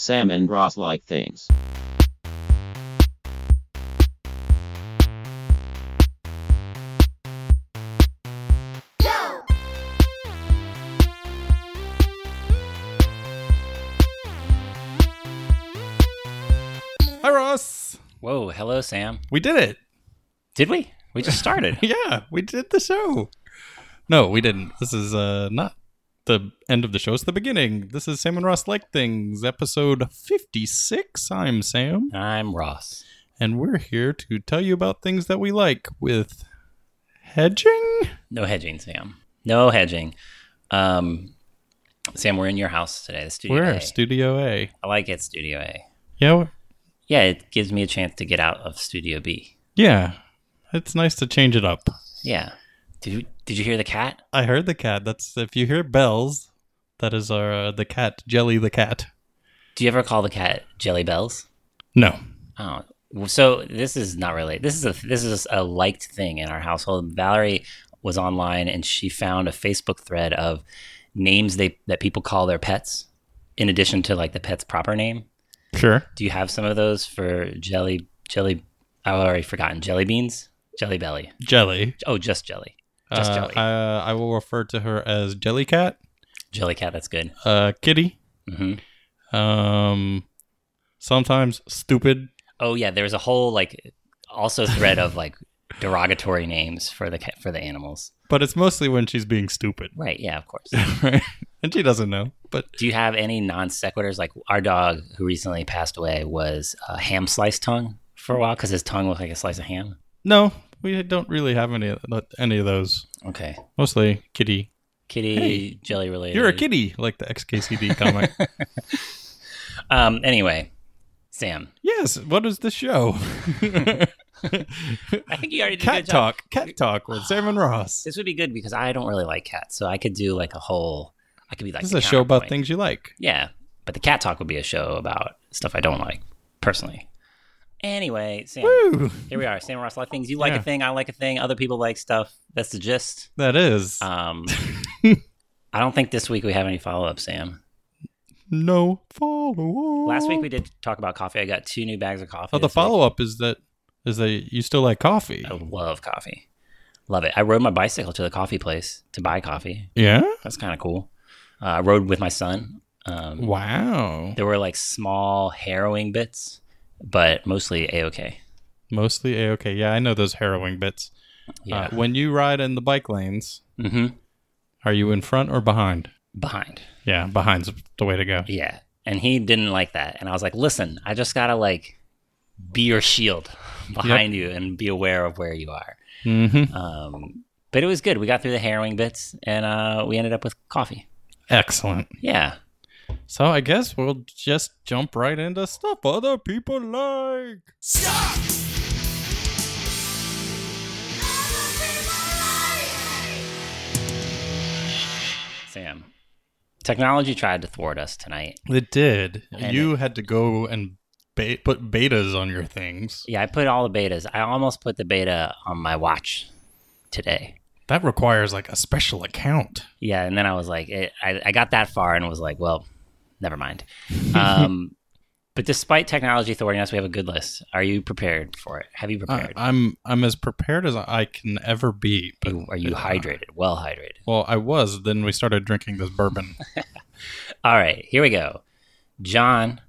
Salmon broth like things. Hi, Ross. Whoa, hello, Sam. We did it. Did we? We just started. Yeah, we did the show. No, we didn't. This is uh, not the end of the show. It's the beginning. This is Sam and Ross Like Things, episode 56. I'm Sam, I'm Ross. and we're here to tell you about things that we like with hedging. No hedging, Sam. No hedging. Um, Sam, we're in your house today. The studio. We're A. at Studio A. I like it, Studio A. Yeah, we- Yeah, it gives me a chance to get out of Studio B. yeah. It's nice to change it up. Yeah. Did you Did you hear the cat? I heard the cat. That's if you hear bells, that is our uh, the cat, Jelly the cat. Do you ever call the cat Jelly Bells? No. Oh, so this is not really. This is a this is a liked thing in our household. Valerie was online and she found a Facebook thread of names they that people call their pets, in addition to like the pet's proper name. Sure. Do you have some of those for jelly jelly? I've already forgotten jelly beans, jelly belly. Jelly. Oh, just jelly, just Uh, jelly, I, I will refer to her as Jelly Cat, jelly cat. That's good. uh, Kitty. hmm Um, sometimes stupid. Oh yeah, there was a whole like also thread of like derogatory names for the ca- for the animals. But it's mostly when she's being stupid, Right? Yeah, of course. right? And she doesn't know. But Do you have any non sequiturs? Like our dog who recently passed away was a ham sliced tongue for a while because his tongue looked like a slice of ham. no, we don't really have any any of those. Okay. Mostly kitty. Kitty jelly related. You're a kitty, like the XKCD comic. Um. Anyway, Sam, yes. What is the show? I think you already did a cat good job. talk. Cat talk with Sam and Ross. This would be good because I don't really like cats, so I could do like a whole. I could be like This is the a show about counterpoint. things you like. Yeah, but the cat talk would be a show about stuff I don't like personally. Anyway, Sam, Woo! here we are. Sam Ross like things. You like Yeah. a thing, I like a thing. Other people like stuff. That's the gist. That is Um, I don't think this week we have any follow up, Sam. no follow up. Last week we did talk about coffee. I got two new bags of coffee. Oh, the this week. follow up is that is that you still like coffee? I love coffee. Love it. I rode my bicycle to the coffee place to buy coffee. Yeah. That's kind of cool. Uh, I rode with my son. Um, Wow. there were like small harrowing bits, but mostly a okay. Mostly a okay. Yeah, I know those harrowing bits. Yeah. Uh, when you ride in the bike lanes, hmm are you in front or behind? Behind. Yeah, behind's the way to go. Yeah. And he didn't like that. And I was like, listen, I just got to like be your shield behind you and be aware of where you are. hmm Um, but it was good. We got through the harrowing bits and uh, we ended up with coffee. Excellent. Yeah. So I guess we'll just jump right into stuff other people like. Sam, technology tried to thwart us tonight. It did. And you had to go and be- put betas on your things. Yeah, I put all the betas. I almost put the beta on my watch today. That requires like a special account. Yeah, and then I was like, it, I, I got that far and was like, well, never mind. Um, but despite technology thwarting us, we have a good list. Are you prepared for it? Have you I, prepared? I'm I'm as prepared as I can ever be. Uh, But You- are you hydrated? Well hydrated. well, I was. Then we started drinking this bourbon. All right, here we go. John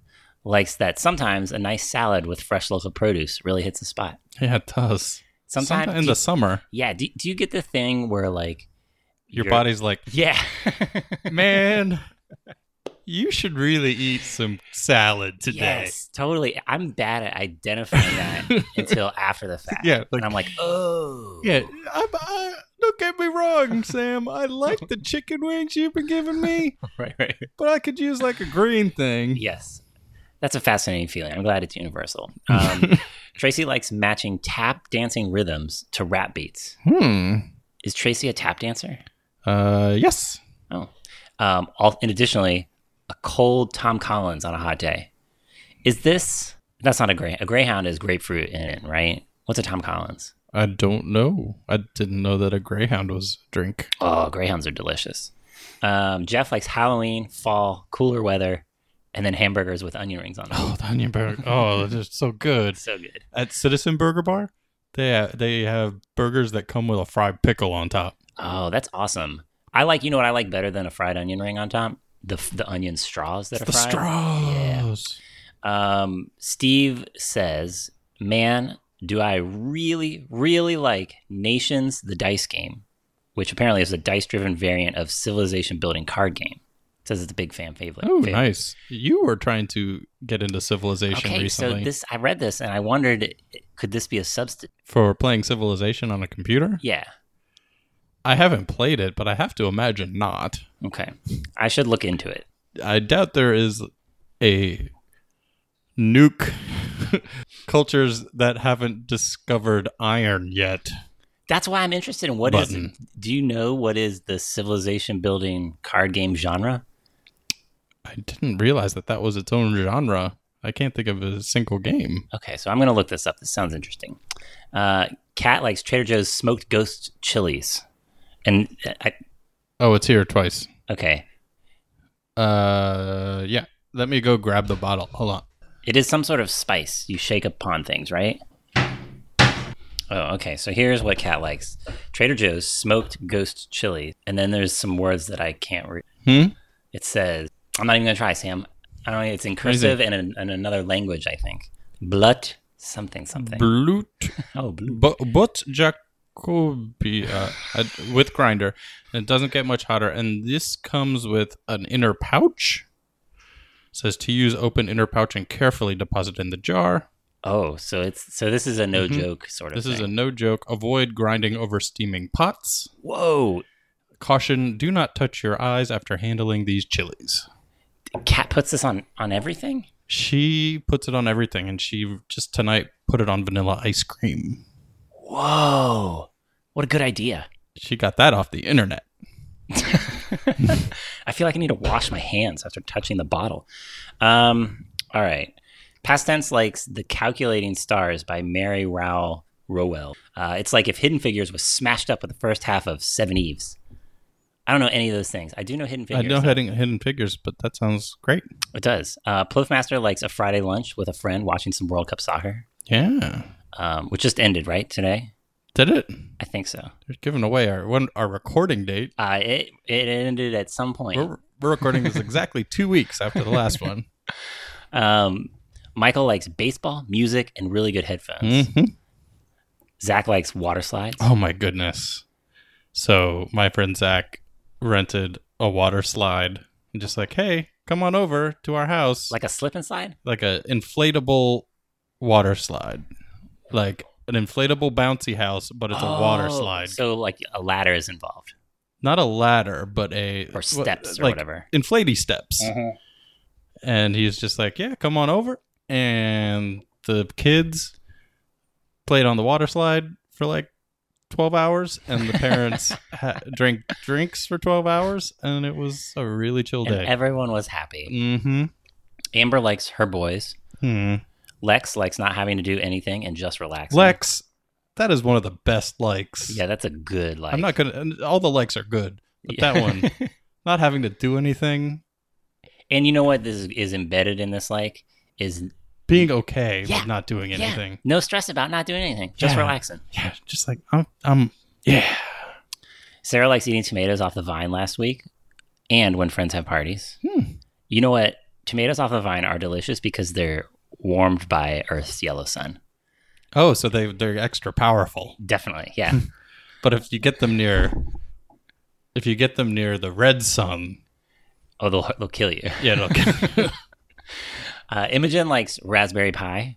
likes that sometimes a nice salad with fresh local produce really hits the spot. yeah, it does. Sometimes, Sometime in the summer, yeah. Do, do you get the thing where like your You're- body's like, yeah, man, you should really eat some salad today. yes, totally? I'm bad at identifying that until after the fact. Yeah, like- and I'm like, oh, Yeah, I'm, I, don't get me wrong, Sam. I like the chicken wings you've been giving me, right, right. but I could use like a green thing. Yes, that's a fascinating feeling. I'm glad it's universal. Um, Tracy likes matching tap dancing rhythms to rap beats. Hmm. Is Tracy a tap dancer? Uh, yes. Oh. Um, all, and additionally, a cold Tom Collins on a hot day. Is this? That's not a gray. A greyhound is grapefruit in it, right? What's a Tom Collins? I don't know. I didn't know that a greyhound was a drink. Oh, greyhounds are delicious. Um, Jeff likes Halloween, fall, cooler weather, and then hamburgers with onion rings on them. Oh, the onion burger. Oh, they're just so good. so good. At Citizen Burger Bar, they ha- they have burgers that come with a fried pickle on top. Oh, that's awesome. I like. You know what I like better than a fried onion ring on top? The the onion straws that It's are the fried. straws. Um, Steve says, "Man, do I really, really like Nations the Dice Game, which apparently is a dice-driven variant of civilization-building card game." says it's a big fan favorite. Oh, favorite. nice. You were trying to get into Civilization Okay, recently so this I read this and I wondered, could this be a substitute? for playing Civilization on a computer. Yeah. I haven't played it, but I have to imagine not. Okay. I should look into it. I doubt there is a nuke cultures that haven't discovered iron yet. That's why I'm interested in what is. Button. Do you know what is the civilization-building card game genre? I didn't realize that that was its own genre. I can't think of a single game. Okay, so I'm gonna look this up. This sounds interesting. Uh, Cat likes Trader Joe's smoked ghost chilies, and uh, I, Oh, it's here twice. okay, Uh, yeah. Let me go grab the bottle. Hold on. it is some sort of spice you shake upon things, right? Oh, okay. So here's what Cat likes: Trader Joe's smoked ghost chili, and then there's some words that I can't read. Hmm? It says, "I'm not even gonna try, Sam. I don't. It's in cursive and in, in another language, I think. Blut something something. Blute oh, blue. but but Jacobia uh, with grinder, and it doesn't get much hotter. And this comes with an inner pouch. says to use open inner pouch and carefully deposit in the jar. Oh, so it's so this is a no Mhm. joke sort of. This thing. is a no joke. Avoid grinding over steaming pots. Whoa! Caution: Do not touch your eyes after handling these chilies. Cat puts this on on everything. She puts it on everything, and she just tonight put it on vanilla ice cream. Whoa! What a good idea. She got that off the internet. I feel like I need to wash my hands after touching the bottle. Um, all right. Past tense likes the Calculating Stars by Mary Rowell Rowell. Uh, it's like if Hidden Figures was smashed up with the first half of Seven Eves. I don't know any of those things. I do know Hidden Figures. I know hidden, hidden figures, but that sounds great. It does. Uh, Ploufmaster likes a Friday lunch with a friend watching some World Cup soccer, Yeah, um, which just ended right today. did it? I think so. They're giving away our one our recording date. Uh, it it ended at some point. We're, we're recording this exactly two weeks after the last one. Um, Michael likes baseball, music, and really good headphones. Mhm. Zach likes water slides. Oh my goodness! So my friend Zach rented a water slide and just like, hey, come on over to our house, like Like a slip and slide? like a inflatable water slide, like an inflatable bouncy house, but it's a water Oh, slide, So like a ladder is involved not a ladder, but a or well, steps or like whatever. inflaty steps. Uh-huh. and he's just like, "Yeah, come on over." And the kids played on the water slide for like twelve hours, and the parents ha- drank drinks for twelve hours, and it was a really chill And day. everyone was happy. mm-hmm. Amber likes her boys. Hmm. Lex likes not having to do anything and just relaxing. Lex, that is one of the best likes. Yeah, that's a good like. I'm not gonna. and All the likes are good, but that one, not having to do anything, and you know what this is, is embedded in this like is being okay Yeah. with not doing Yeah. anything. no stress about not doing anything, just Yeah. relaxing. Yeah, just like I'm. I'm yeah. Sarah likes eating tomatoes off the vine last week and when friends have parties. Hmm. You know what? Tomatoes off the vine are delicious because they're warmed by Earth's yellow sun. Oh, so they they're extra powerful. Definitely. Hmm. Yeah. But if you get them near, if you get them near the red sun, oh, they'll, they'll kill you. yeah, it'll, Uh, Imogen likes raspberry pie.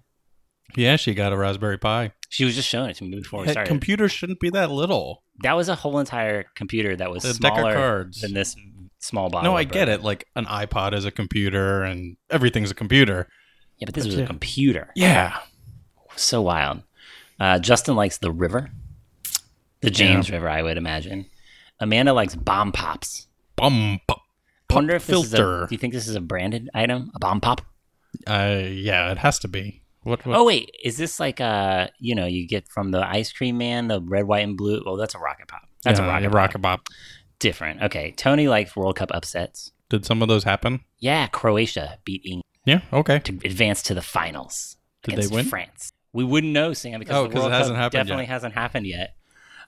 yeah, she got a Raspberry Pi. She was just showing it to me before we That started. computer shouldn't be that little. that was a whole entire computer that was The deck of smaller cards. than this small bottle. No, I get it. Like an iPod is a computer, and everything's a computer. Yeah, but this was Yeah. a computer. Yeah, So wild. Uh, Justin likes the river, the James River, I would imagine. Amanda likes bomb pops. bum pop, I pop wonder if this is filter. a, do you think this is a branded item, a bomb pop? uh, yeah, it has to be. What? what Oh wait, is this like uh you know you get from the ice cream man the red white and blue? Oh, that's a rocket pop. That's yeah, a rocket. yeah, pop. rocket pop. Different. Okay. Tony likes World Cup upsets. Did some of those happen? Yeah, Croatia beat England Yeah. Okay. to advance to the finals. Did against they win? France. We wouldn't know, Sam, because Oh, the 'cause World it hasn't Cup happened definitely hasn't happened yet.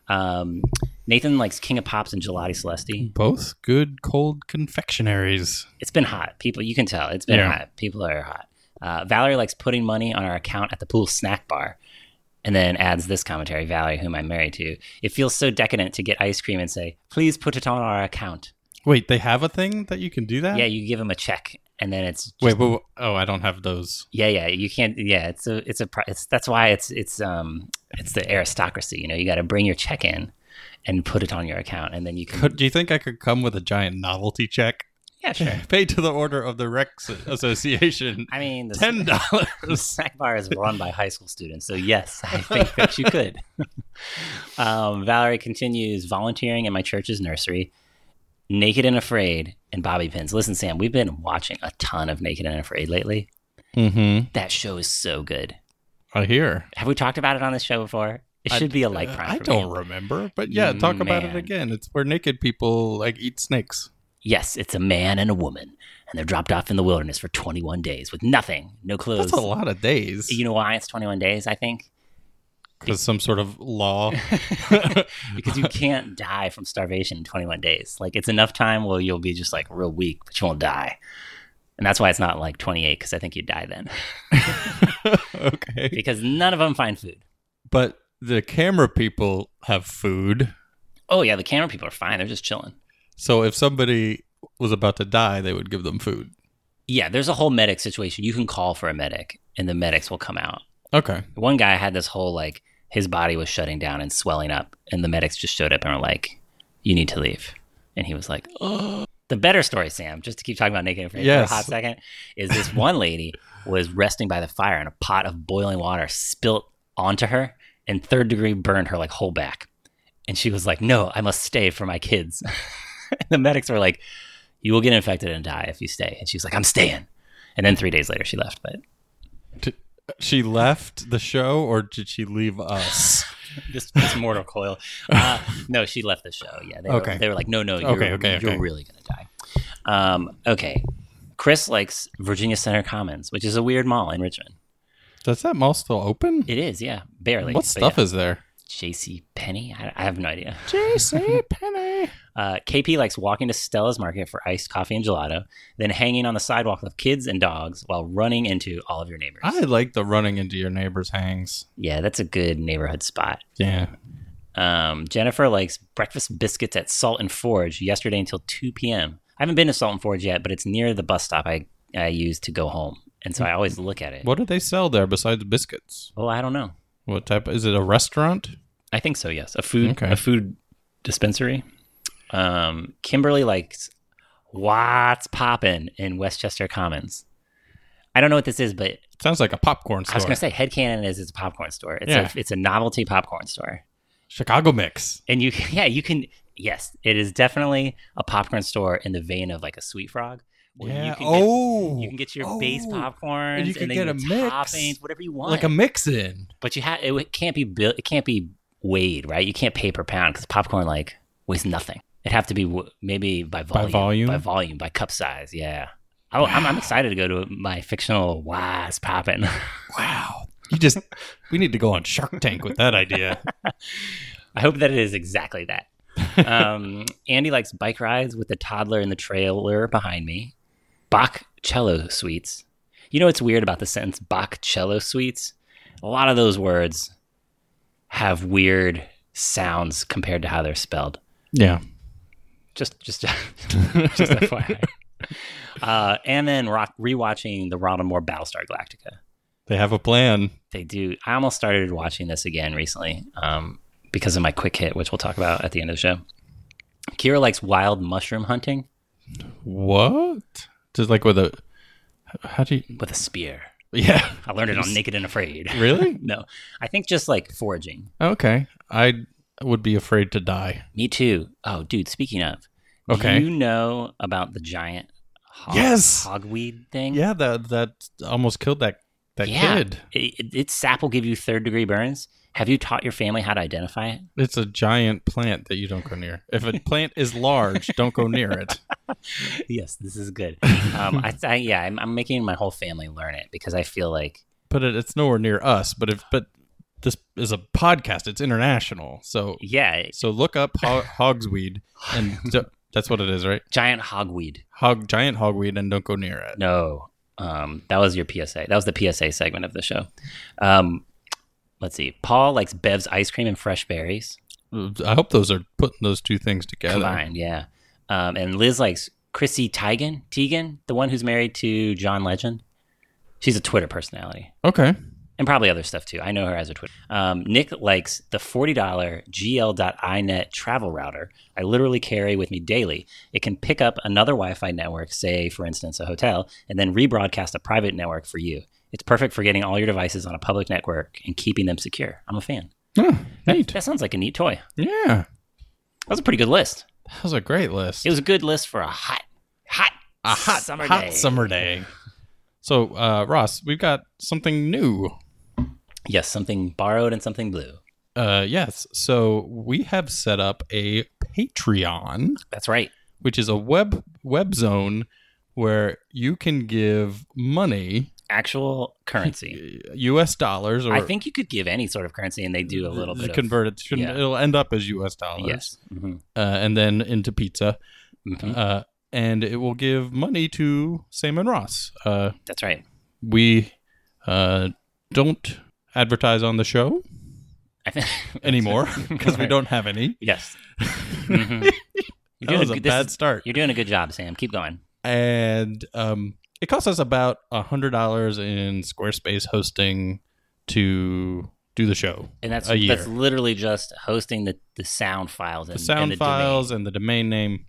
Um, Nathan likes King of Pops and Gelati Celesti. Both good cold confectionaries. It's been hot. People, you can tell it's been Yeah. hot. People are hot. Uh, Valerie likes putting money on our account at the pool snack bar, and then adds this commentary: Valerie, whom I'm married to, it feels so decadent to get ice cream and say, "Please put it on our account." Wait, they have a thing that you can do that? Yeah, you give them a check, and then it's just, Wait, but oh, I don't have those. Yeah, yeah, you can't. Yeah, it's a, it's a, pri- it's that's why it's, it's, um, it's the aristocracy. You know, you got to bring your check in and put it on your account, and then you can. Could, do you think I could come with a giant novelty check yeah, sure. paid to the order of the Rex Association? I mean, the, Ten the dollars. snack bar is run by high school students, so yes, I think that you could. um, Valerie continues volunteering in my church's nursery, naked and afraid, and bobby pins. Listen, Sam, we've been watching a ton of Naked and Afraid lately. mm-hmm. That show is so good. I hear. Have we talked about it on this show before? It I- uh, should be a like prime. I for me. Mm, don't remember, but yeah, talk about it Man. again. It's where naked people like eat snakes. Yes, it's a man and a woman, and they're dropped off in the wilderness for 21 days with nothing, no clues. That's a lot of days. You know why it's 21 days, I think? because some sort of law. Because you can't die from starvation in 21 days. Like, it's enough time where you'll be just like real weak, but you won't die. And that's why it's not like 28, because I think you'd die then. okay, Because none of them find food. but the camera people have food, Oh, yeah, the camera people are fine. They're just chilling. so if somebody was about to die, they would give them food. Yeah, there's a whole medic situation. You can call for a medic, and the medics will come out. Okay, One guy had this whole like, his body was shutting down and swelling up, and the medics just showed up and were like, "You need to leave." And he was like, "Oh." The better story, Sam, just to keep talking about naked and afraid Yes. for a hot second, is this one lady was resting by the fire and a pot of boiling water spilt onto her and third degree burned her like whole back. And she was like, "No, I must stay for my kids." and the medics were like, "You will get infected and die if you stay." And she was like, "I'm staying." And then three days later, she left. But she left the show, or did she leave us? this, this mortal coil. Uh, no, she left the show. Yeah, they, Okay. were, they were like, no, no, you're, Okay, okay, you're okay. really gonna die. Um, okay, Chris likes Virginia Center Commons, which is a weird mall in Richmond. Does that mall still open? It is, yeah, barely. what stuff is there? JC Penny? I, I have no idea. JC Penny. Uh, KP likes walking to Stella's Market for iced coffee and gelato, then hanging on the sidewalk with kids and dogs while running into all of your neighbors. I like the running into your neighbor's hangs. yeah, that's a good neighborhood spot. Yeah. Um, Jennifer likes breakfast biscuits at Salt and Forge yesterday until 2 p.m. I haven't been to Salt and Forge yet, but it's near the bus stop I, I use to go home. And so I always look at it. What do they sell there besides biscuits? Oh, I don't know. What type? Is it a restaurant? I think so, yes. A food Okay. a food dispensary. Um, Kimberly likes What's Poppin' in Westchester Commons. I don't know what this is, but Sounds like a popcorn store. I was going to say Headcanon is it's a popcorn store. It's, Yeah. a, it's a novelty popcorn store. Chicago mix. And you, yeah, you can. Yes, it is definitely a popcorn store in the vein of like a Sweet Frog. where You can oh. get, you can get your base Oh. And popcorns and you can then get your a mix. toppings, whatever you want. like a mix in. but you have it can't be built. It can't be weighed, right? You can't pay per pound because popcorn like weighs nothing. It'd have to be w- maybe by volume, volume? by volume, by cup size. Yeah. I, I'm, I'm excited to go to my fictional wise poppin'. Wow. You just we need to go on Shark Tank with that idea. I hope that it is exactly that. Um, Andy likes bike rides with the toddler in the trailer behind me. Bach cello suites. You know what's weird about the sentence Bach cello suites? A lot of those words have weird sounds compared to how they're spelled. Yeah. Just, just, just FYI. Uh, and then rock, rewatching the Ronald Moore Battlestar Galactica They have a plan. they do. I almost started watching this again recently um, because of my quick hit, which we'll talk about at the end of the show. Kira likes wild mushroom hunting What? Just like with a how do you with a spear. Yeah. I learned it on Naked and Afraid. Really? no, I think just like foraging. Okay. I would be afraid to die. Me too. Oh, dude, speaking of, Okay. do you know about the giant hog, Yes. hogweed thing? Yeah, that that almost killed that that Yeah. kid. It, it, its sap will give you third degree burns. Have you taught your family how to identify it? It's a giant plant that you don't go near. If a plant is large, don't go near it. yes, this is good. Um, I, I, yeah, I'm, I'm making my whole family learn it because I feel like But it, it's nowhere near us. But if but this is a podcast. It's international. So yeah, so look up ho- hogsweed and d- that's what it is, right? giant hogweed. Hog giant hogweed and don't go near it. No, um, that was your PSA. That was the PSA segment of the show. Um, let's see. Paul likes Bev's ice cream and fresh berries I hope those are putting those two things together. combined. Yeah, um, and Liz likes Chrissy Teigen. Teigen, the one who's married to John Legend. She's a Twitter personality. Okay. and probably other stuff too. I know her as a Twitter. Um, Nick likes the $40 GL.inet travel router I literally carry with me daily. It can pick up another Wi Fi network, say, for instance, a hotel, and then rebroadcast a private network for you. It's perfect for getting all your devices on a public network and keeping them secure. I'm a fan. Oh, neat. That sounds like a neat toy. That Yeah. was a pretty good list. That was a great list. It was a good list for a hot, hot, a hot summer hot day. summer day. So, uh, Ross, we've got something new. Yes, something borrowed and something blue. Uh, yes. So we have set up a Patreon, That's right. which is a web web zone where you can give money, Actual currency. U.S. dollars, or I think you could give any sort of currency and they do a little bit of convert it. Shouldn't, yeah. It'll end up as U.S. dollars, Yes. Mhm. uh, and then into pizza, Mhm. uh, and it will give money to Sam and Ross. Uh, That's right. we uh, don't advertise on the show I think anymore because we Right. don't have any. Yes. Hmm. Mhm. You're, That doing was a a good, this bad is- start. you're doing a good job, Sam. Keep going. and um, it costs us about a hundred dollars in Squarespace hosting to do the show. And that's A year. that's literally just hosting the, the sound files and the sound and domain. files and the domain name.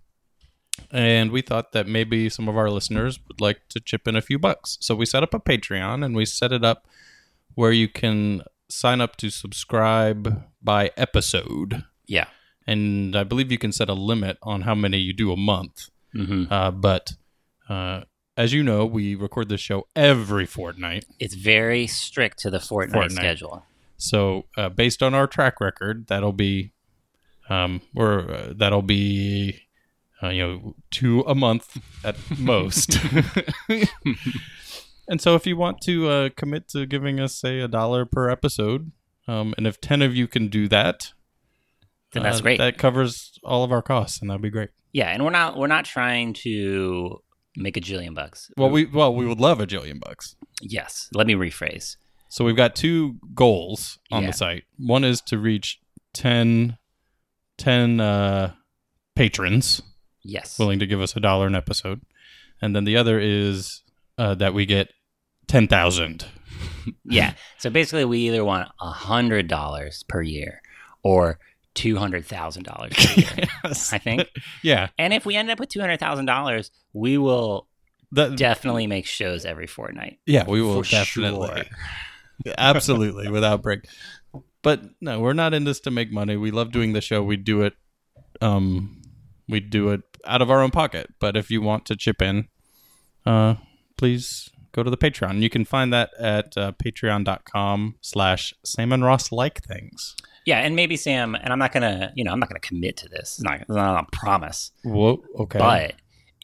And we thought that maybe some of our listeners would like to chip in a few bucks. So we set up a Patreon and we set it up where you can sign up to subscribe by episode. Yeah. And I believe you can set a limit on how many you do a month. hmm Uh, but uh, as you know, we record this show every fortnight. It's very strict to the fortnight, Fortnight. schedule. So uh, based on our track record, that'll be um, or uh, that'll be uh, you know two a month at most. and so if you want to uh, commit to giving us say a dollar per episode, um, and if ten of you can do that, Then that's uh, great. That covers all of our costs, and that'd be great. yeah, and we're not we're not trying to make a jillion bucks. Well, we well we would love a jillion bucks. yes. Let me rephrase. So we've got two goals on Yeah. the site. One is to reach 10, 10 uh, patrons Yes. willing to give us a dollar an episode, and then the other is uh, that we get ten thousand. Yeah. So basically, we either want a hundred dollars per year or two hundred thousand dollars per year. I think. yeah, And if we end up with two hundred thousand dollars, we will that, definitely make shows every fortnight. yeah, we will For definitely, sure. absolutely, without break. But no, we're not in this to make money. We love doing the show. We do it, um, we do it out of our own pocket. But if you want to chip in, uh, please go to the Patreon. You can find that at uh, Patreon.com/slash Sam and Ross like things. Yeah, and maybe Sam. And I'm not gonna, you know, I'm not gonna commit to this. It's not, it's not a promise. Whoa, okay, But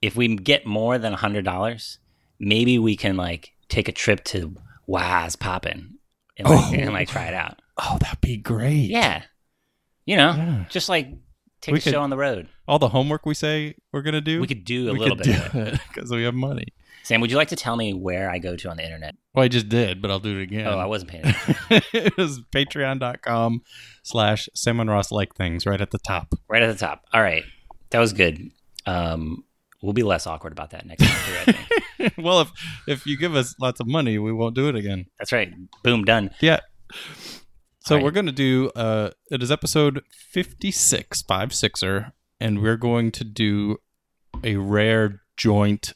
if we get more than hundred dollars, maybe we can like take a trip to Wise Poppin' and, like, Oh. and like try it out. oh, that'd be great. Yeah, you know, Yeah. just like take We a could- show on the road. all the homework we say we're gonna do. We could do a we little could bit. of it. do it because we have money. Sam, would you like to tell me where I go to on the internet? Well, I just did, but I'll do it again. Oh, I wasn't paying attention. it was patreon.com slash Sam and Ross like things right at the top. right at the top. All right. That was good. Um, we'll be less awkward about that next time. through, I think. well, if if you give us lots of money, we won't do it again. That's right. Boom, done. Yeah. So All right. we're gonna do uh it is episode fifty six, five sixer, and we're going to do a rare joint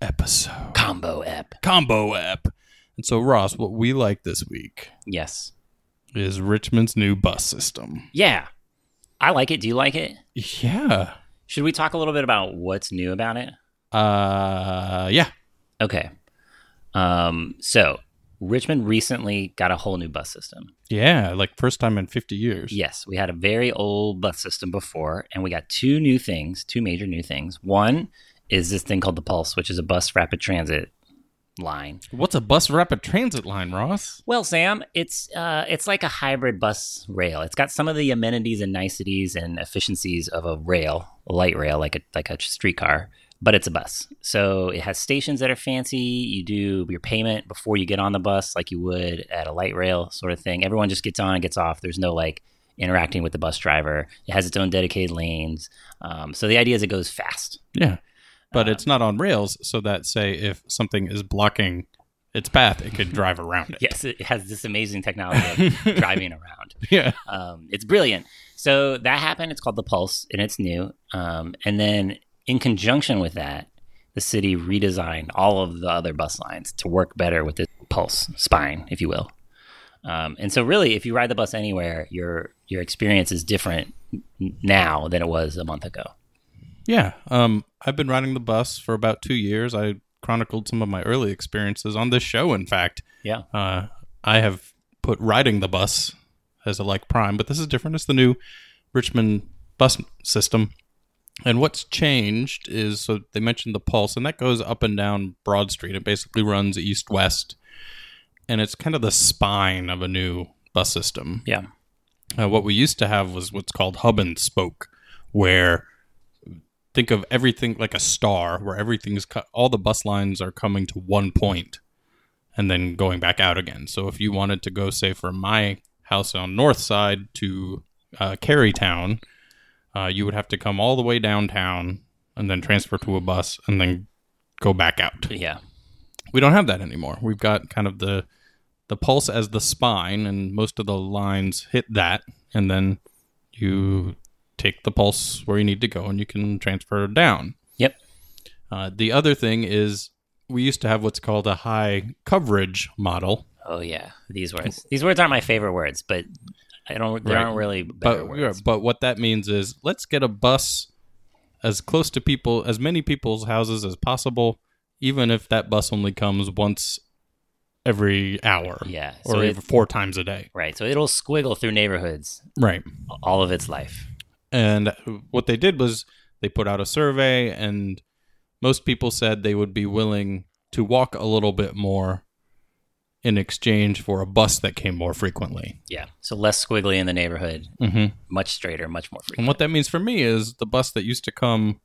episode. Combo app. Combo app. And so Ross, what we like this week Yes. is Richmond's new bus system. Yeah. I like it. Do you like it? Yeah. Should we talk a little bit about what's new about it? Uh yeah. Okay. Um, so Richmond recently got a whole new bus system. Yeah, like first time in 50 years. Yes, we had a very old bus system before, and we got two new things, two major new things. One is this thing called the Pulse, which is a bus rapid transit line. What's a bus rapid transit line, Ross? Well, Sam, it's uh, it's like a hybrid bus rail. It's got some of the amenities and niceties and efficiencies of a rail, a light rail, like a like a streetcar, but it's a bus. So it has stations that are fancy. You do your payment before you get on the bus, like you would at a light rail sort of thing. Everyone just gets on and gets off. There's no like interacting with the bus driver. It has its own dedicated lanes. Um, so the idea is it goes fast. Yeah. But it's not on rails, so that say if something is blocking its path, it could drive around it. Yes, it has this amazing technology of driving around. Yeah. Um, it's brilliant. So that happened. It's called the Pulse, and it's new. Um, and then in conjunction with that, the city redesigned all of the other bus lines to work better with this Pulse spine, if you will. Um, and so, really, if you ride the bus anywhere, your your experience is different n- now than it was a month ago. Yeah. Um, I've been riding the bus for about two years. I chronicled some of my early experiences on this show, in fact. Yeah. Uh, I have put riding the bus as a like prime, but this is different. It's the new Richmond bus system. And what's changed is so they mentioned the pulse, and that goes up and down Broad Street. It basically runs east west, and it's kind of the spine of a new bus system. Yeah. Uh, what we used to have was what's called hub and spoke, where think of everything like a star, where everything's cut, all the bus lines are coming to one point and then going back out again. So if you wanted to go, say, from my house on north side to uh, Carytown, uh, you would have to come all the way downtown and then transfer to a bus and then go back out. Yeah. We don't have that anymore. We've got kind of the the pulse as the spine, and most of the lines hit that, and then you take the pulse where you need to go, and you can transfer down. Yep. Uh, the other thing is we used to have what's called a high coverage model, Oh yeah. These words. These words aren't my favorite words, but I don't. They Right. aren't really better but yeah, words. but what that means is let's get a bus as close to people as many people's houses as possible, even if that bus only comes once every hour, Yeah. or So even it- four times a day, Right. So it'll squiggle through neighborhoods right? all of its life. And what they did was they put out a survey, and most people said they would be willing to walk a little bit more in exchange for a bus that came more frequently. Yeah. So less squiggly in the neighborhood, Mm-hmm. much straighter, much more And frequent. what that means for me is the bus that used to come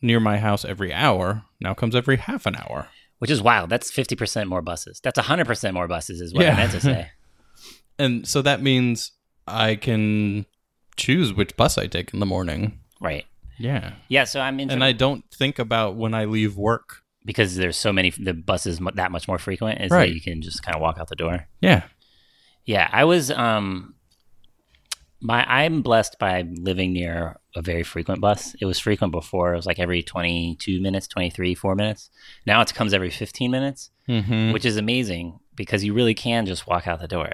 near my house every hour now comes every half an hour. Which is wild. That's 50% more buses. That's 100% more buses, is what I Yeah. meant to say. And so that means I can choose which bus I take in the morning. right. Yeah. Yeah. So I'm interested And I don't think about when I leave work. because there's so many, the buses mu- that much more frequent is Right. that you can just kind of walk out the door. Yeah. Yeah. I was, um, my, I'm blessed by living near a very frequent bus. It was frequent before. It was like every 22 minutes, 23, four minutes. Now it comes every 15 minutes. Mm-hmm. which is amazing because you really can just walk out the door.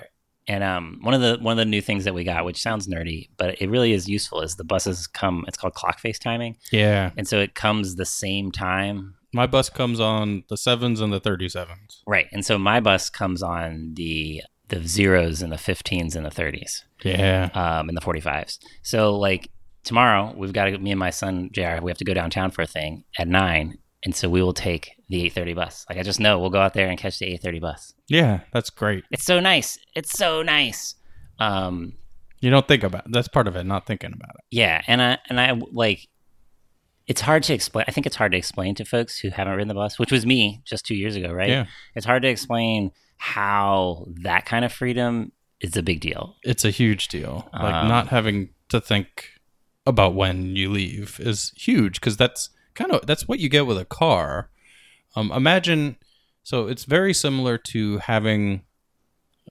And um, one of the one of the new things that we got, which sounds nerdy, but it really is useful, is the buses come. It's called clock face timing, Yeah. and so it comes the same time, My bus comes on the sevens and the thirty sevens. right? And so my bus comes on the the zeros and the fifteens and the thirties, Yeah. um, and the forty fives. So like tomorrow, we've got to me and my son Jr. We have to go downtown for a thing at nine, and so we will take the eight thirty bus. Like I just know we'll go out there and catch the eight thirty bus. Yeah. That's great. It's so nice. It's so nice. Um, You don't think about it. That's part of it, not thinking about it. yeah, and I and I like. It's hard to explain. I think it's hard to explain to folks who haven't ridden the bus, which was me just two years ago, right? Yeah. It's hard to explain how that kind of freedom is a big deal. It's a huge deal. Like Um, not having to think about when you leave is huge because that's kind of that's what you get with a car. Um, imagine so it's very similar to having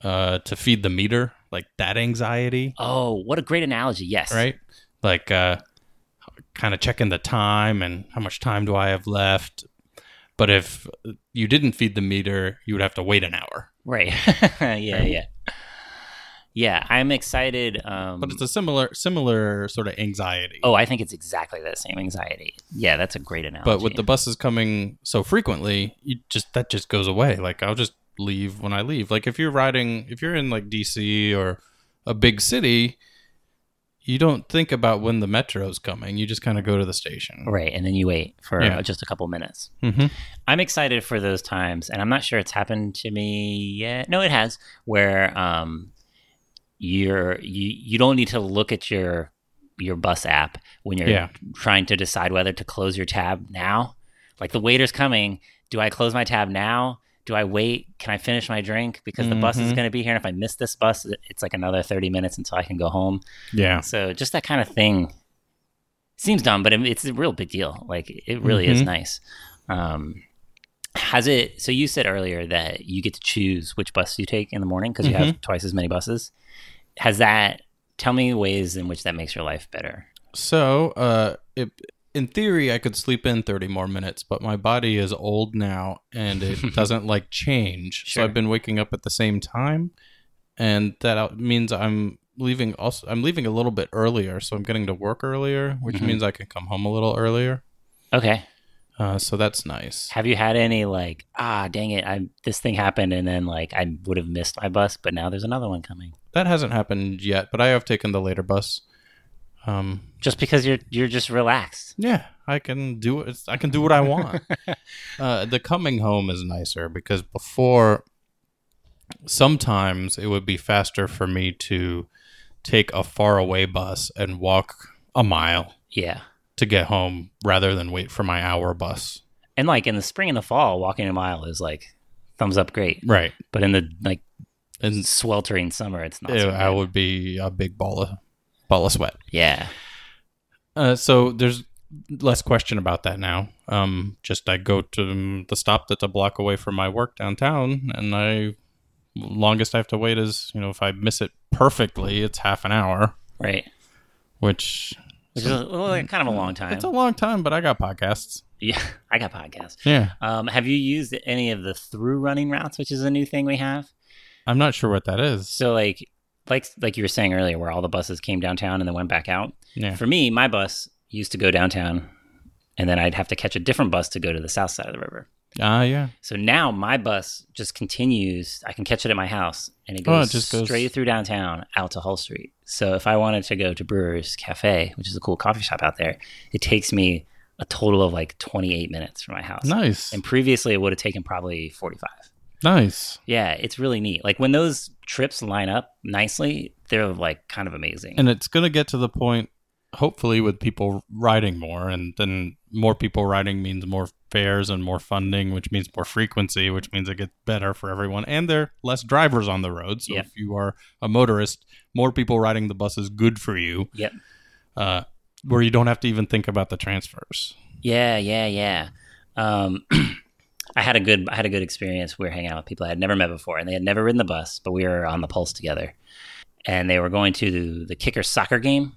uh, to feed the meter, like that anxiety. Oh, what a great analogy! Yes, right? Like uh, kind of checking the time and how much time do I have left. But if you didn't feed the meter, you would have to wait an hour. right, yeah, yeah, yeah. I'm excited. Um, But it's a similar similar sort of anxiety. oh, I think it's exactly that same anxiety. Yeah, that's a great analogy. but with the buses coming so frequently, you just that just goes away. Like I'll just leave when I leave. Like if you're riding, if you're in like DC or a big city, you don't think about when the metro's coming. You just kind of go to the station. Right, and then you wait for Yeah. uh, just a couple minutes. Mm-hmm. I'm excited for those times, and I'm not sure it's happened to me yet. No, it has. Where um, you're you you don't need to look at your your bus app when you're Yeah. trying to decide whether to close your tab now. Like the waiter's coming. Do I close my tab now? Do I wait? Can I finish my drink because the bus is Mhm. going to be here? And if I miss this bus, it- it's like another 30 minutes until I can go home. Yeah. So just that kind of thing seems dumb, but it- it's a real big deal. Like it really is Mhm. nice. Um, has it? So you said earlier that you get to choose which bus you take in the morning because you have twice as many buses. Has that? Tell me ways in which that makes your life better. So, uh, it, in theory, I could sleep in 30 more minutes, but my body is old now and it doesn't like change. Sure. So I've been waking up at the same time, and that out- means I'm leaving. Also, I'm leaving a little bit earlier, so I'm getting to work earlier, which Mhm. means I can come home a little earlier. Okay. Uh, so that's nice. Have you had any like ah dang it I this thing happened and then like I would have missed my bus but now there's another one coming That hasn't happened yet, but I have taken the later bus. Um, just because you're you're just relaxed. Yeah, I can do it. I can do what I want. uh, the coming home is nicer because before, sometimes it would be faster for me to take a faraway bus and walk a mile Yeah. to get home rather than wait for my hour bus. And like in the spring and the fall walking a mile is like thumbs up great. Right, But in the like and sweltering summer, it's not. it- so I bad. would be a big ball of ball of sweat. Yeah. Uh, so there's less question about that now. Um, just I go to the stop that's a block away from my work downtown, and I longest I have to wait is you know if I miss it perfectly, it's half an hour, Right. which Which is a, well, like, kind of a long time. it's a long time, but I got podcasts. yeah. I got podcasts. Yeah, Um, have you used any of the through running routes, which is a new thing we have? I'm not sure what that is. So like, like, like you were saying earlier, where all the buses came downtown and then went back out. Yeah, For me, my bus used to go downtown, and then I'd have to catch a different bus to go to the south side of the river. ah, yeah, So now my bus just continues. I can catch it at my house, and it Oh, it goes just goes- straight through downtown out to Hull Street. So if I wanted to go to Brewers Cafe, which is a cool coffee shop out there, it takes me a total of like 28 minutes from my house. nice, And previously, it would have taken probably 45. nice. Yeah, it's really neat. Like when those trips line up nicely, they're like kind of amazing. And it's gonna get to the point, hopefully, with people riding more, and then more people riding means more fares and more funding, which means more frequency, which means it gets better for everyone. And there are less drivers on the road, so Yeah. if you are a motorist, more people riding the bus is good for you. Yep. Uh, where you don't have to even think about the transfers. Yeah, yeah, yeah. Um, I had a good I had a good experience. We were hanging out with people I had never met before, and they had never ridden the bus, but we were on the pulse together, and they were going to the, the kicker soccer game.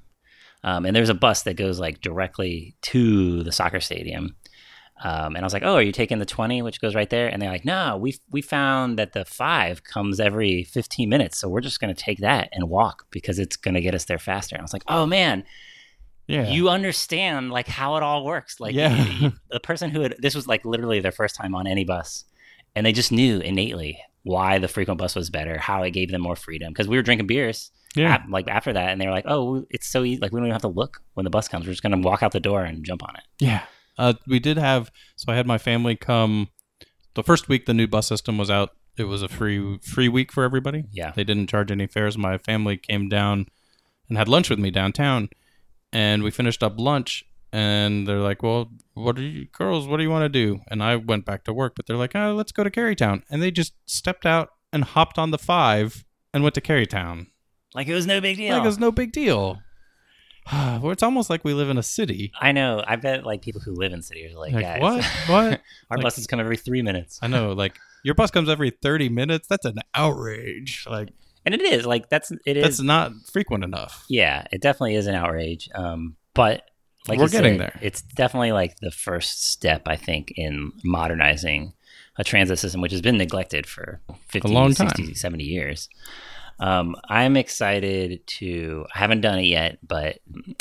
Um, and there's a bus that goes like directly to the soccer stadium. Um, and I was like, "Oh, are you taking the 20, which goes right there?" And they're like, "No, we we found that the five comes every 15 minutes, so we're just going to take that and walk because it's going to get us there faster." And I was like, "Oh man, Yeah. you understand like how it all works like Yeah. y- y- the person who had this was like literally their first time on any bus and they just knew innately why the frequent bus was better how it gave them more freedom because we were drinking beers yeah. ap- like after that and they were like oh it's so easy like we don't even have to look when the bus comes we're just gonna walk out the door and jump on it Yeah. Uh, we did have, so I had my family come the first week the new bus system was out. It was a free free week for everybody. yeah They didn't charge any fares. My family came down and had lunch with me downtown, and we finished up lunch. And they're like, "Well, what are you girls? What do you want to do?" And I went back to work, but they're like, "Oh, let's go to Carytown." And they just stepped out and hopped on the five and went to Carytown. like it was no big deal Like it was no big deal. well, it's almost like we live in a city. i know i bet like people who live in cities are like, Like, guys what? What? our Like- buses come every three minutes I know. Like your bus comes every thirty minutes. That's an outrage. Like and it is like that's it is that's not frequent enough. Yeah, it definitely is an outrage. Um, but like We're you said, getting there. It's definitely like the first step, I think, in modernizing a transit system, which has been neglected for 50, long 60, time. 70 years. Um, I'm excited to. I haven't done it yet, but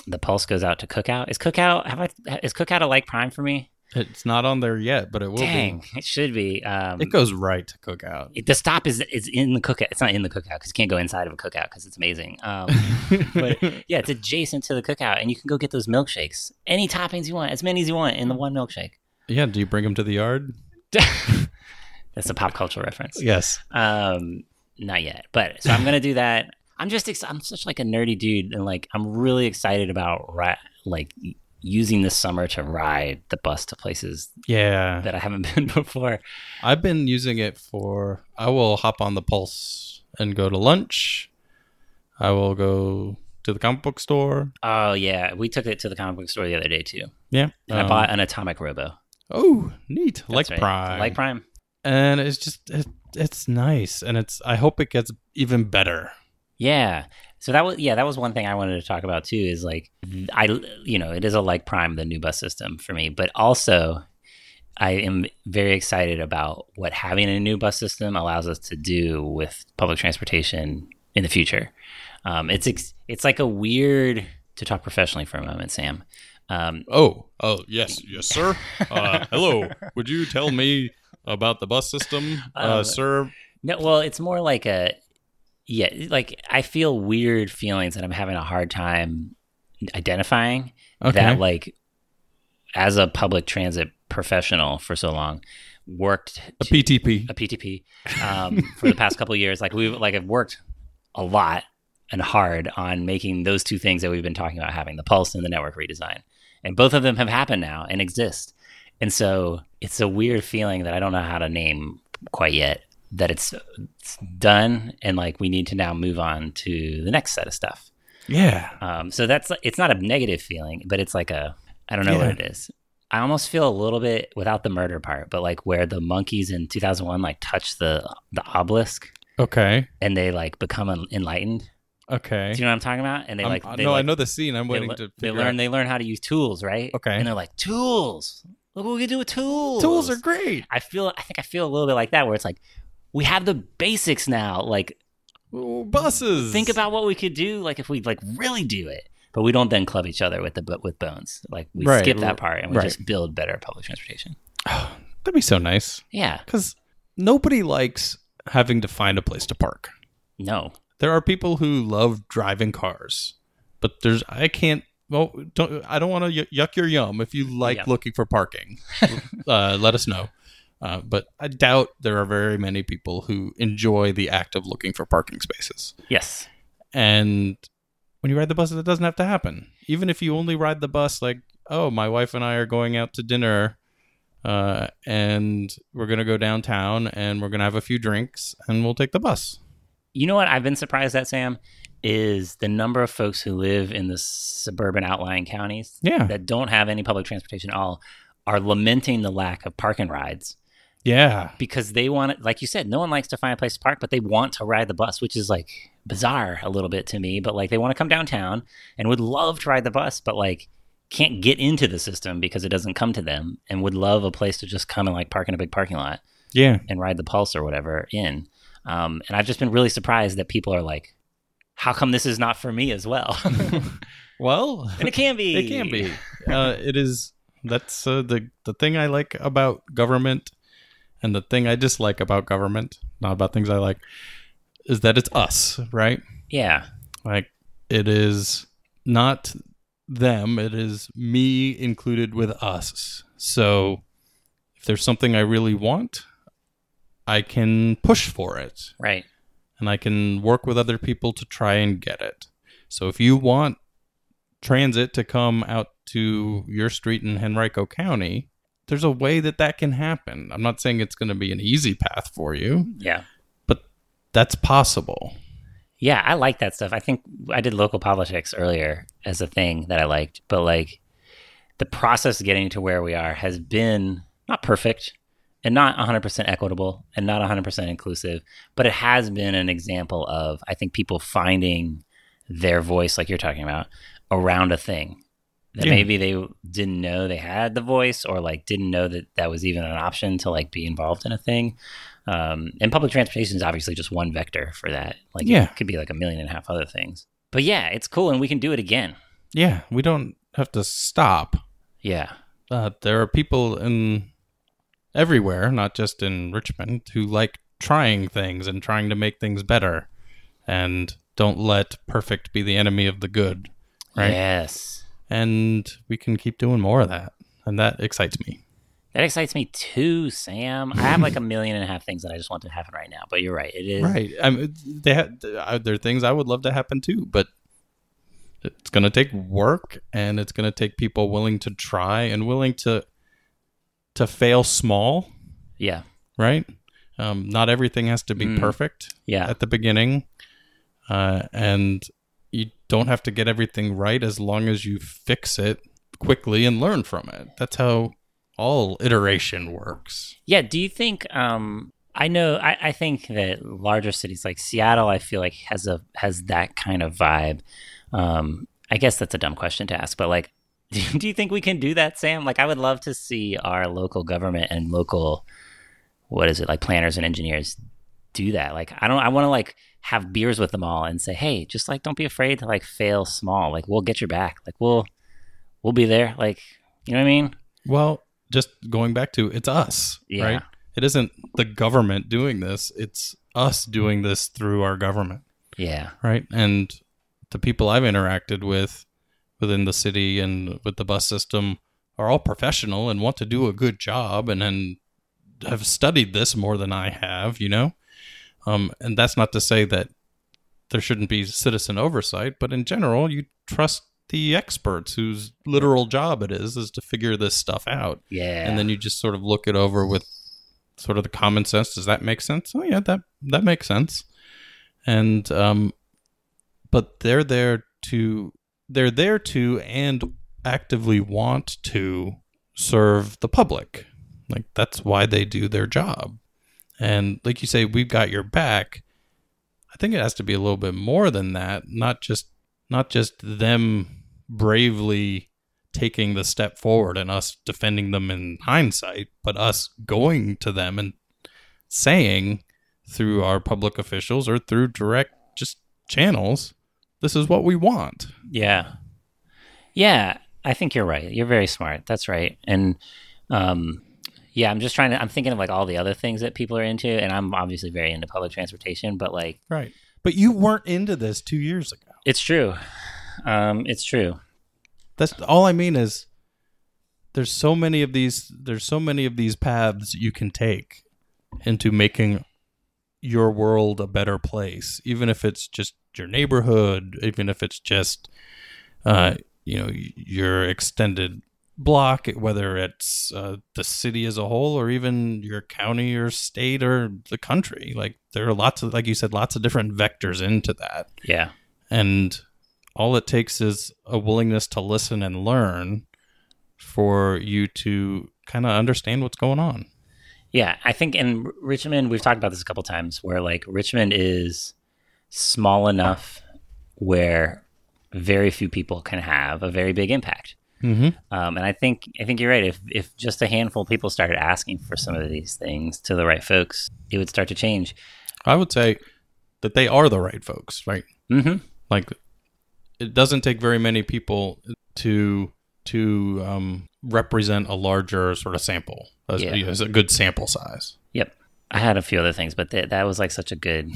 the pulse goes out to Cookout. Is Cookout have I? Is Cookout a like prime for me? It's not on there yet, but it will Dang, be. it should be. Um, It goes right to cookout. it- the stop is is in the cookout. It's not in the cookout because you can't go inside of a cookout because it's amazing. Um, but yeah, it's adjacent to the cookout, and you can go get those milkshakes, any toppings you want, as many as you want in the one milkshake. yeah, do you bring them to the yard? That's a pop culture reference. Yes. Um, not yet, but so I'm gonna do that. I'm just ex- I'm such like a nerdy dude, and like I'm really excited about ri- like y- using this summer to ride the bus to places Yeah. that I haven't been before. I've been using it for. I will hop on the Pulse and go to lunch. I will go to the comic book store. Oh yeah, we took it to the comic book store the other day too, Yeah, and I um, bought an Atomic Robo. Oh, neat! like That's right. Prime. like Prime. and it's just it, it's nice, and it's. I hope it gets even better. Yeah. So that was yeah, that was one thing I wanted to talk about too is like I you know, it is a like prime the new bus system for me, but also I am very excited about what having a new bus system allows us to do with public transportation in the future. Um, it's ex- it's like a weird to talk professionally for a moment, Sam. Um, Oh, oh yes, yes, sir. Uh, hello. Would you tell me about the bus system, Uh, sir? No, well, it's more like a yeah, like I feel weird feelings that I'm having a hard time identifying Okay. that like as a public transit professional for so long worked a to- PTP. a PTP um, for the past couple of years. Like we've like I've worked a lot and hard on making those two things that we've been talking about having the pulse and the network redesign, and both of them have happened now and exist. And so it's a weird feeling that I don't know how to name quite yet. That it's, it's done and like we need to now move on to the next set of stuff. Yeah. Um, so that's it's not a negative feeling, but it's like a I don't know Yeah. what it is. I almost feel a little bit without the murder part, but like where the monkeys in 2001 like touch the the obelisk Okay. and they like become en- enlightened. Okay. Do you know what I'm talking about? And they I'm- like I- they no, I like- know the scene. I'm they waiting le- to they figure learn out. they learn how to use tools, right? Okay. And they're like tools. Look what we can do with tools. Tools are great. I feel I think I feel a little bit like that where it's like we have the basics now. Like Ooh, buses. think about what we could do like if we like really do it but we don't then club each other with the bo- with bones like we Right, skip that part and we right. just build better public transportation that'd be so nice yeah because nobody likes having to find a place to park. no There are people who love driving cars, but there's I can't. Well, don't I don't want to yuck your yum. If you like Yeah. looking for parking, uh, let us know. Uh, but I doubt there are very many people who enjoy the act of looking for parking spaces. yes And when you ride the bus, that doesn't have to happen. Even if you only ride the bus, like, oh, my wife and I are going out to dinner, uh, and we're gonna go downtown, and we're gonna have a few drinks, and we'll take the bus. you know what i've been surprised at sam is the number of folks who live in the suburban outlying counties Yeah, that don't have any public transportation at all are lamenting the lack of park and rides yeah, because they want it like you said no one likes to find a place to park but they want to ride the bus which is like bizarre a little bit to me but like they want to come downtown and would love to ride the bus but like can't get into the system because it doesn't come to them and would love a place to just come and like park in a big parking lot yeah. and ride the pulse or whatever in um, and i've just been really surprised that people are like how come this is not for me as well and Well, it can be it can be. Uh, it is. That's uh, the the thing I like about government, and the thing I dislike about government, not about things I like, is that it's us, right? yeah Like it is not them, it is me included with us. So if there's something I really want, I can push for it right and I can work with other people to try and get it. So if you want transit to come out to your street in Henrico County, there's a way that that can happen. I'm not saying it's going to be an easy path for you, yeah but that's possible. Yeah, I like that stuff. I think I did local politics earlier as a thing that I liked, but like the process of getting to where we are has been not perfect and not 100% equitable and not 100% inclusive, but it has been an example of, I think, people finding their voice, like you're talking about, around a thing that Yeah. maybe they didn't know they had the voice or like didn't know that that was even an option to like be involved in a thing. Um, and public transportation is obviously just one vector for that. Like, Yeah. it could be like a million and a half other things. But yeah, it's cool, and we can do it again. Yeah, we don't have to stop Yeah, uh, there are people in everywhere, not just in Richmond, who like trying things and trying to make things better, and don't let perfect be the enemy of the good. Right. Yes. And we can keep doing more of that, and that excites me. That excites me too, Sam. I have like a million and a half things that I just want to happen right now, but you're right. It is Right. I mean, they ha- uh, there are things I would love to happen too, but it's going to take work and it's going to take people willing to try and willing to to fail small, Yeah. right? Um, not everything has to be Mm. perfect Yeah. at the beginning. Uh, and you don't have to get everything right as long as you fix it quickly and learn from it. That's how all iteration works. Yeah. Do you think um I know I, I think that larger cities like Seattle, I feel like has a has that kind of vibe. Um I guess that's a dumb question to ask, but like do you think we can do that, Sam? Like I would love to see our local government and local what is it, like planners and engineers do that. Like I don't I wanna like have beers with them all and say, Hey, just like don't be afraid to like fail small. Like we'll get your back. Like we'll we'll be there. Like you know what I mean? Well, just going back to it's us, Yeah. right? It isn't the government doing this, it's us doing this through our government, Yeah. right? And the people I've interacted with within the city and with the bus system are all professional and want to do a good job and then have studied this more than I have, you know? Um, and that's not to say that there shouldn't be citizen oversight, but in general, you trust the experts whose literal job it is is to figure this stuff out Yeah. and then you just sort of look it over with sort of the common sense. Does that make sense? Oh yeah, that that makes sense. And um, but they're there to they're there to and actively want to serve the public. Like that's why they do their job. And like you say, we've got your back. I think it has to be a little bit more than that. Not just not just them bravely taking the step forward and us defending them in hindsight, but us going to them and saying through our public officials or through direct just channels, this is what we want. Yeah. Yeah, I think you're right. You're very smart. That's right. And um yeah, I'm just trying to I'm thinking of like all the other things that people are into and I'm obviously very into public transportation, but like Right. But you weren't into this two years ago. it's true. Um it's true. That's all I mean is there's so many of these there's so many of these paths you can take into making your world a better place, even if it's just your neighborhood, even if it's just uh, you know y- your extended block, whether it's uh, the city as a whole or even your county or state or the country. Like there are lots of like you said, lots of different vectors into that Yeah. and all it takes is a willingness to listen and learn for you to kind of understand what's going on. Yeah, I think in R- Richmond, we've talked about this a couple times where like Richmond is small enough where very few people can have a very big impact. Mm-hmm. Um, and I think I think you're right. If if just a handful of people started asking for some of these things to the right folks, it would start to change. I would say that they are the right folks, right? hmm Like it doesn't take very many people to to um, represent a larger sort of sample, as, Yeah. as a good sample size. Yep. I had a few other things, but th- that was like such a good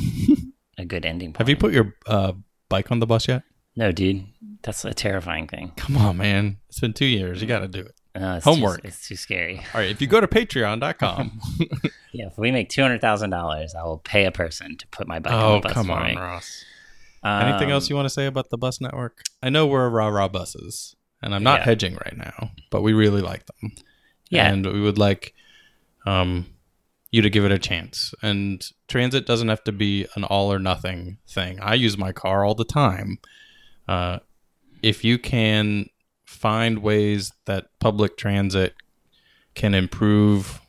a good ending. Point. Have you put your uh, bike on the bus yet? No, dude, that's a terrifying thing. Come on, man! It's been two years. You got to do it. Uh, it's Homework. Too, it's too scary. All right. If you go to Patreon.com. Yeah. If we make two hundred thousand dollars, I will pay a person to put my bike on oh, the bus come for on, me. Um, Ross. Anything else you want to say about the bus network? I know we're rah rah buses, and I'm not Yeah. hedging right now, but we really like them. Yeah. and we would like um, you to give it a chance. And transit doesn't have to be an all or nothing thing. I use my car all the time. Uh, if you can find ways that public transit can improve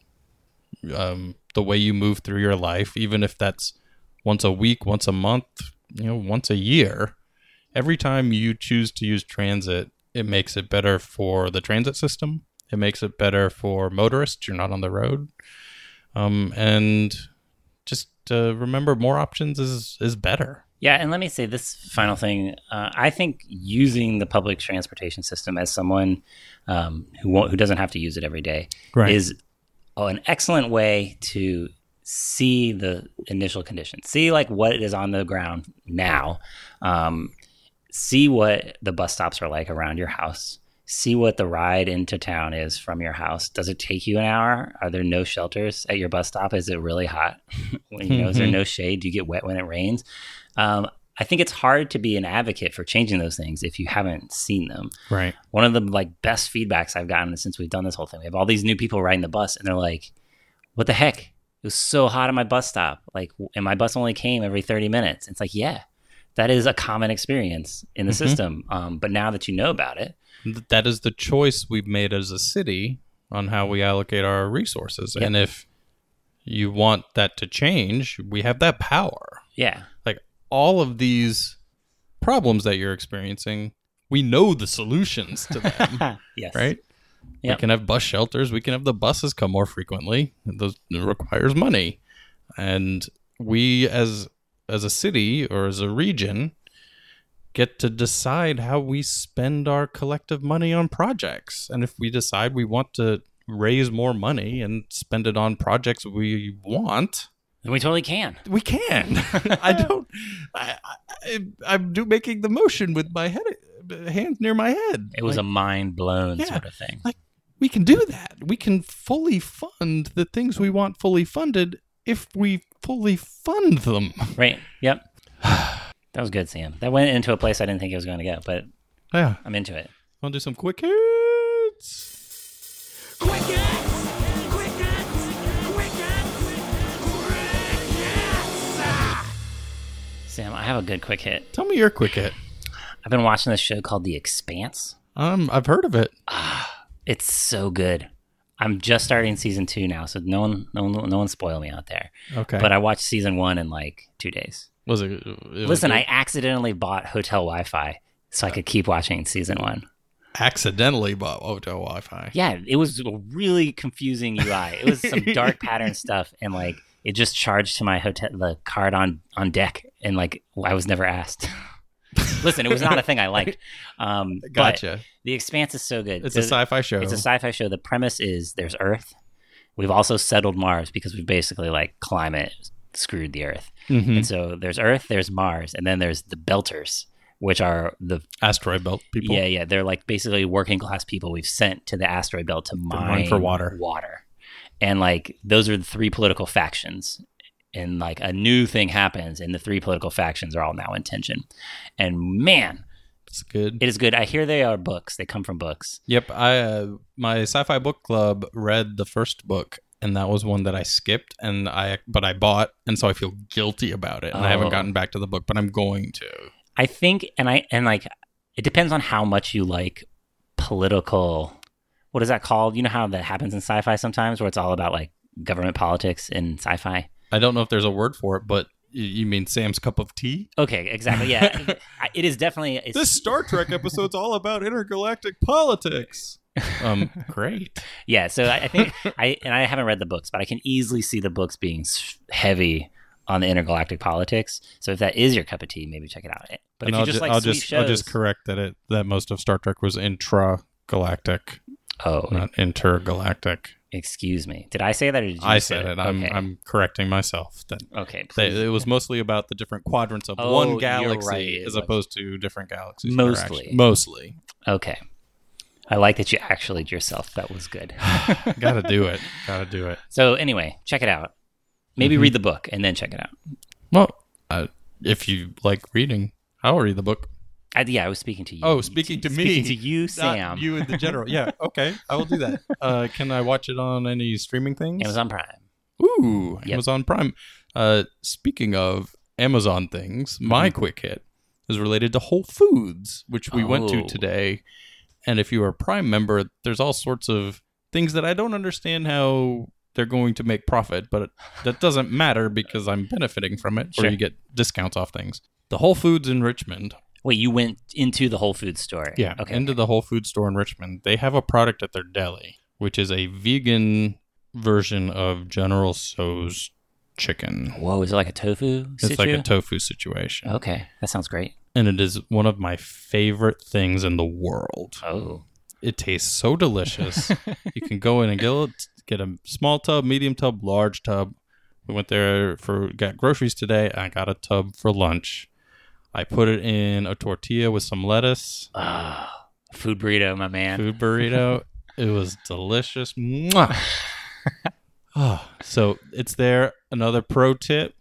um, the way you move through your life, even if that's once a week, once a month, you know, once a year. Every time you choose to use transit, it makes it better for the transit system. It makes it better for motorists. You're not on the road. Um, and just uh, remember more options is is better. Yeah, and let me say this final thing. Uh, I think using the public transportation system as someone um, who won't, who doesn't have to use it every day Right. is oh, an excellent way to see the initial condition, see like what is on the ground now, um, see what the bus stops are like around your house. See what the ride into town is from your house. Does it take you an hour? Are there no shelters at your bus stop? Is it really hot? you know, is there Mhm. no shade? Do you get wet when it rains? Um, I think it's hard to be an advocate for changing those things if you haven't seen them Right. one of the like best feedbacks I've gotten since we've done this whole thing. We have all these new people riding the bus, and they're like, "What the heck? It was so hot at my bus stop. Like, w- and my bus only came every thirty minutes." It's like, yeah, that is a common experience in the Mhm. system. Um, but now that you know about it, Th- That is the choice we've made as a city on how we allocate our resources. Yep. And if you want that to change, we have that power. yeah, Like all of these problems that you're experiencing, we know the solutions to them. yes, right? Yep. We can have bus shelters. We can have the buses come more frequently. Those it requires money, and we as as a city or as a region get to decide how we spend our collective money on projects. And if we decide we want to raise more money and spend it on projects we want, And we totally can. we can. I don't. I, I I'm do making the motion with my head hands near my head. It was Like- a mind blown Yeah. sort of thing. we can do that. We can fully fund the things we want fully funded if we fully fund them. Right. Yep. that was good, Sam. That went into a place I didn't think it was going to go, but Yeah. I'm into it. Want to do some quick hits? Quick hits! Quick hits! Quick hits! Quick hits! Sam, I have a good quick hit. Tell me your quick hit. I've been watching this show called The Expanse. Um, I've heard of it. It's so good. I'm just starting season two now, so no one, no one, no one spoil me out there. Okay. But uh, I watched season one in like two days. was it? it was Listen, good? I accidentally bought hotel Wi-Fi so I could keep watching season one. accidentally bought hotel Wi-Fi. Yeah, it was a really confusing UI. It was some dark pattern stuff, and like it just charged to my hotel the card on on deck, and like I was never asked. Listen, it was not a thing I liked. Um, But Gotcha. the Expanse is so good. it's a The- sci-fi show. It's a sci-fi show. The premise is there's Earth. We've also settled Mars because we've basically like climate screwed the Earth. Mhm. And so there's Earth, there's Mars, and then there's the Belters, which are the asteroid belt people. yeah yeah they're like basically working class people we've sent to the asteroid belt to run mine for water. water, and like those are the three political factions. And like a new thing happens, and the three political factions are all now in tension. And man, It's good. it is good. I hear they are books. They come from books. Yep, I uh, my sci-fi book club read the first book, and that was one that I skipped, and I but I bought, and so I feel guilty about it, and I Oh. haven't gotten back to the book, but I'm going to. I think, and I and like, it depends on how much you like political. What is that called? You know how that happens in sci-fi sometimes, where it's all about like government politics in sci-fi. I don't know if there's a word for it, but y- you mean Sam's cup of tea? Okay, exactly. Oh, Yeah, I- it is definitely. It's, Star Trek episode's all about intergalactic politics. Um, great. yeah, so I, I think I and I haven't read the books, but I can easily see the books being s- heavy on the intergalactic politics. So if that is your cup of tea, maybe check it out. Eh, But And if I'll you just ju- like I'll sweet just shows, I'll just correct that it that most of Star Trek was intragalactic, oh, not intergalactic. excuse me, did I say that or did you? I say said it. I'm okay. I'm correcting myself. Then okay. They, please. it was mostly about the different quadrants of Oh, one you're galaxy right, it as was. opposed to different galaxies. Mostly. interaction. Mostly. Okay. I like that you actually yourself. That was good. Gotta do it. Gotta do it. so anyway, check it out. Maybe Mhm. read the book and then check it out. Well, uh, if you like reading, I'll read the book. I, yeah, I was speaking to you. Oh, speaking to me, Speaking to you, Not Sam. You and the general. Yeah, okay. I will do that. Uh, can I watch it on any streaming things? Amazon Prime. Ooh, Yep. Amazon Prime. Uh, speaking of Amazon things, my Mm-hmm. quick hit is related to Whole Foods, which we went to Oh. today. And if you are a Prime member, there's all sorts of things that I don't understand how they're going to make profit, but that doesn't matter because I'm benefiting from it, Sure. or you get discounts off things. The Whole Foods in Richmond, Wait, you went into the Whole Foods store. yeah, Okay. into the Whole Food store in Richmond, they have a product at their deli, which is a vegan version of General So's chicken. Whoa, is it like a tofu? It's like situ? a tofu situation. okay, that sounds great. And it is one of my favorite things in the world. Oh, It tastes so delicious. you can go in and get a, get a small tub, medium tub, large tub. We went there for got groceries today. I got a tub for lunch. I put it in a tortilla with some lettuce, Ah, food burrito, my man. food burrito. it was delicious. Mwah. oh, so it's there. Another pro tip.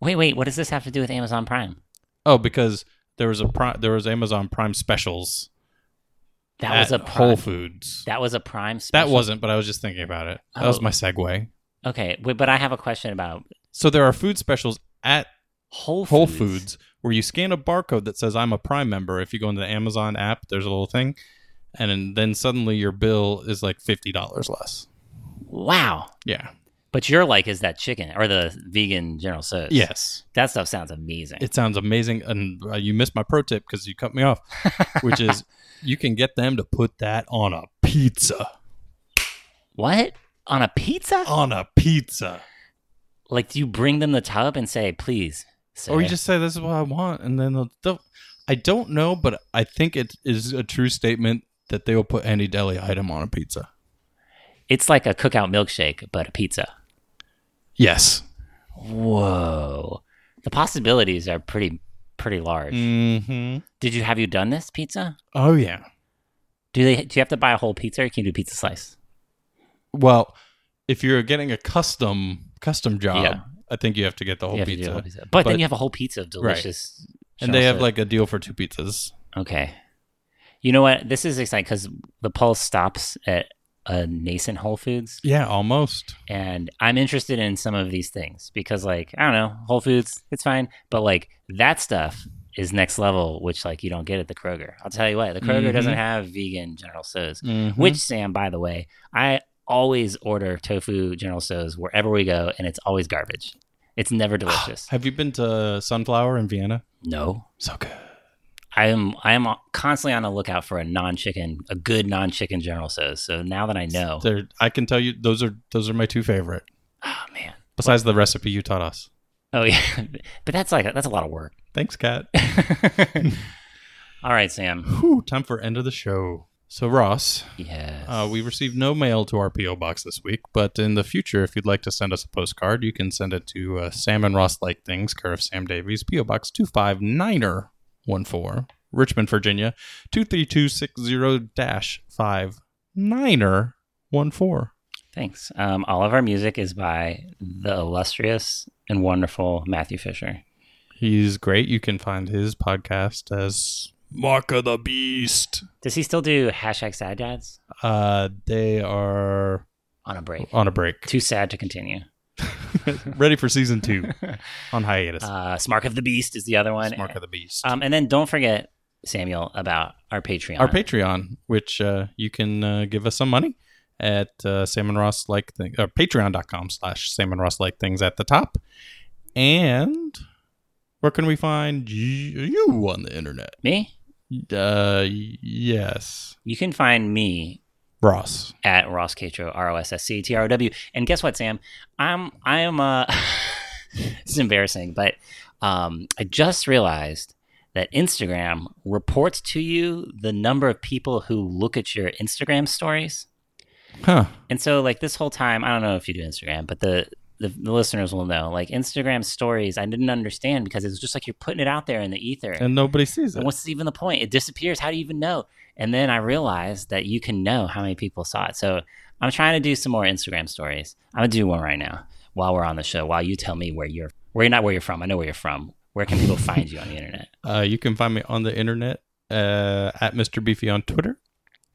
Wait, wait, what does this have to do with Amazon Prime? Oh, because there was a pri- there was Amazon Prime specials That at was a prime, Whole Foods. That was a Prime. Special. That wasn't, but I was just thinking about it. That was Oh. my segue. okay, wait, but I have a question about So there are food specials at Whole Foods. Whole Foods where you scan a barcode that says I'm a Prime member. If you go into the Amazon app, there's a little thing, and then suddenly your bill is like fifty dollars less. Wow. Yeah. But your like is that chicken or the vegan General Tso's. Yes. that stuff sounds amazing. It sounds amazing, and uh, you missed my pro tip because you cut me off, which is you can get them to put that on a pizza. what on a pizza? On a pizza. Like, do you bring them the tub and say, "Please"? Sir? Or you just say this is what I want, and then they'll, they'll. I don't know, but I think it is a true statement that they will put any deli item on a pizza. it's like a cookout milkshake, but a pizza. Yes. Whoa, the possibilities are pretty pretty large. Mm-hmm. Did you have you done this pizza? Oh yeah. Do they? Do you have to buy a whole pizza, or can you do pizza slice? Well, if you're getting a custom custom job, Yeah. I think you have to get the whole You have to do pizza. a whole But, But- then you have a whole pizza of delicious. And they have salsa. like a deal for two pizzas. okay. You know what? This is exciting because the pulse stops at a nascent Whole Foods, Yeah, almost. and I'm interested in some of these things because, like, I don't know, Whole Foods, it's fine, but like that stuff is next level, which like you don't get at the Kroger. I'll tell you what, the Kroger Mhm. doesn't have vegan General Tso's. Mm-hmm. Mm-hmm. Which Sam, by the way, I always order tofu General Tso's wherever we go, and it's always garbage. It's never delicious. have you been to Sunflower in Vienna? no, So good. I am I am constantly on the lookout for a non-chicken, a good non-chicken General Tso's. So now that I know, They're, I can tell you those are those are my two favorite. oh man, Besides the recipe you taught us. oh yeah, but that's like that's a lot of work. Thanks, Kat. All right, Sam. Whew, time for end of the show. So Ross, Yes. Uh, we received no mail to our P.O. box this week, but in the future, if you'd like to send us a postcard, you can send it to uh, Sam and Ross Like Things, care of Sam Davies, P.O. Box 259er 14, Richmond, Virginia, 23260 59er 14. Thanks. Um, all of our music is by the illustrious and wonderful Matthew Fisher. He's great. You can find his podcast as Mark of the Beast. Does he still do hashtag sad dads Uh, they are on a break? on a break, Too sad to continue. ready for season two on hiatus. Uh, Smark of the Beast is the other one. Mark of the Beast. um, and then don't forget, Samuel, about our Patreon. our Patreon, which uh, you can uh, give us some money at uh, Salmon Ross like thing or patreon.com slash Salmon Ross like things at the top. And where can we find y- you on the internet? Me? Uh, yes, You can find me Ross. at Ross Catro, R O S S C T R O W. And guess what, Sam? I'm, I am, uh, this is embarrassing, but um, I just realized that Instagram reports to you the number of people who look at your Instagram stories. Huh? And so, like this whole time, I don't know if you do Instagram, but the the, the listeners will know. Like Instagram stories, I didn't understand because it was just like you're putting it out there in the ether. And And nobody sees it. what's even the point? It disappears. How do you even know? And then I realized that you can know how many people saw it. So I'm trying to do some more Instagram stories. I'm gonna do one right now while we're on the show. While you tell me where you're, where you're not where you're from. I know where you're from. Where can people find you on the internet? Uh, you can find me on the internet uh, at Mr. Beefy on Twitter.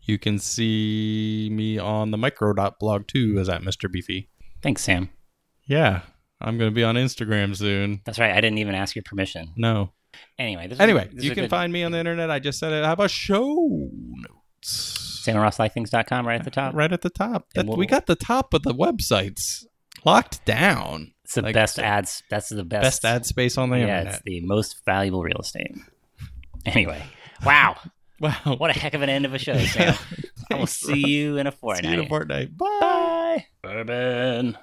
You can see me on the micro.blog too as at Mr. Beefy. Thanks, Sam. Yeah, I'm going to be on Instagram soon. That's right. I didn't even ask your permission. No. Anyway, this was- Anyway, this was you a can good- find me on the internet. I just said it. How about show notes? samrosslikethings.com right at the top. Right at the top. That- And we'll- we got the top of the websites locked down. It's the Like, best ads. That's the best. Best ad space on the yeah, internet. it's the most valuable real estate. Anyway, wow, Wow. what a heck of an end of a show, Sam. I will Thanks, see you in a fortnight. See you in a fortnight. Bye. Bye, bourbon.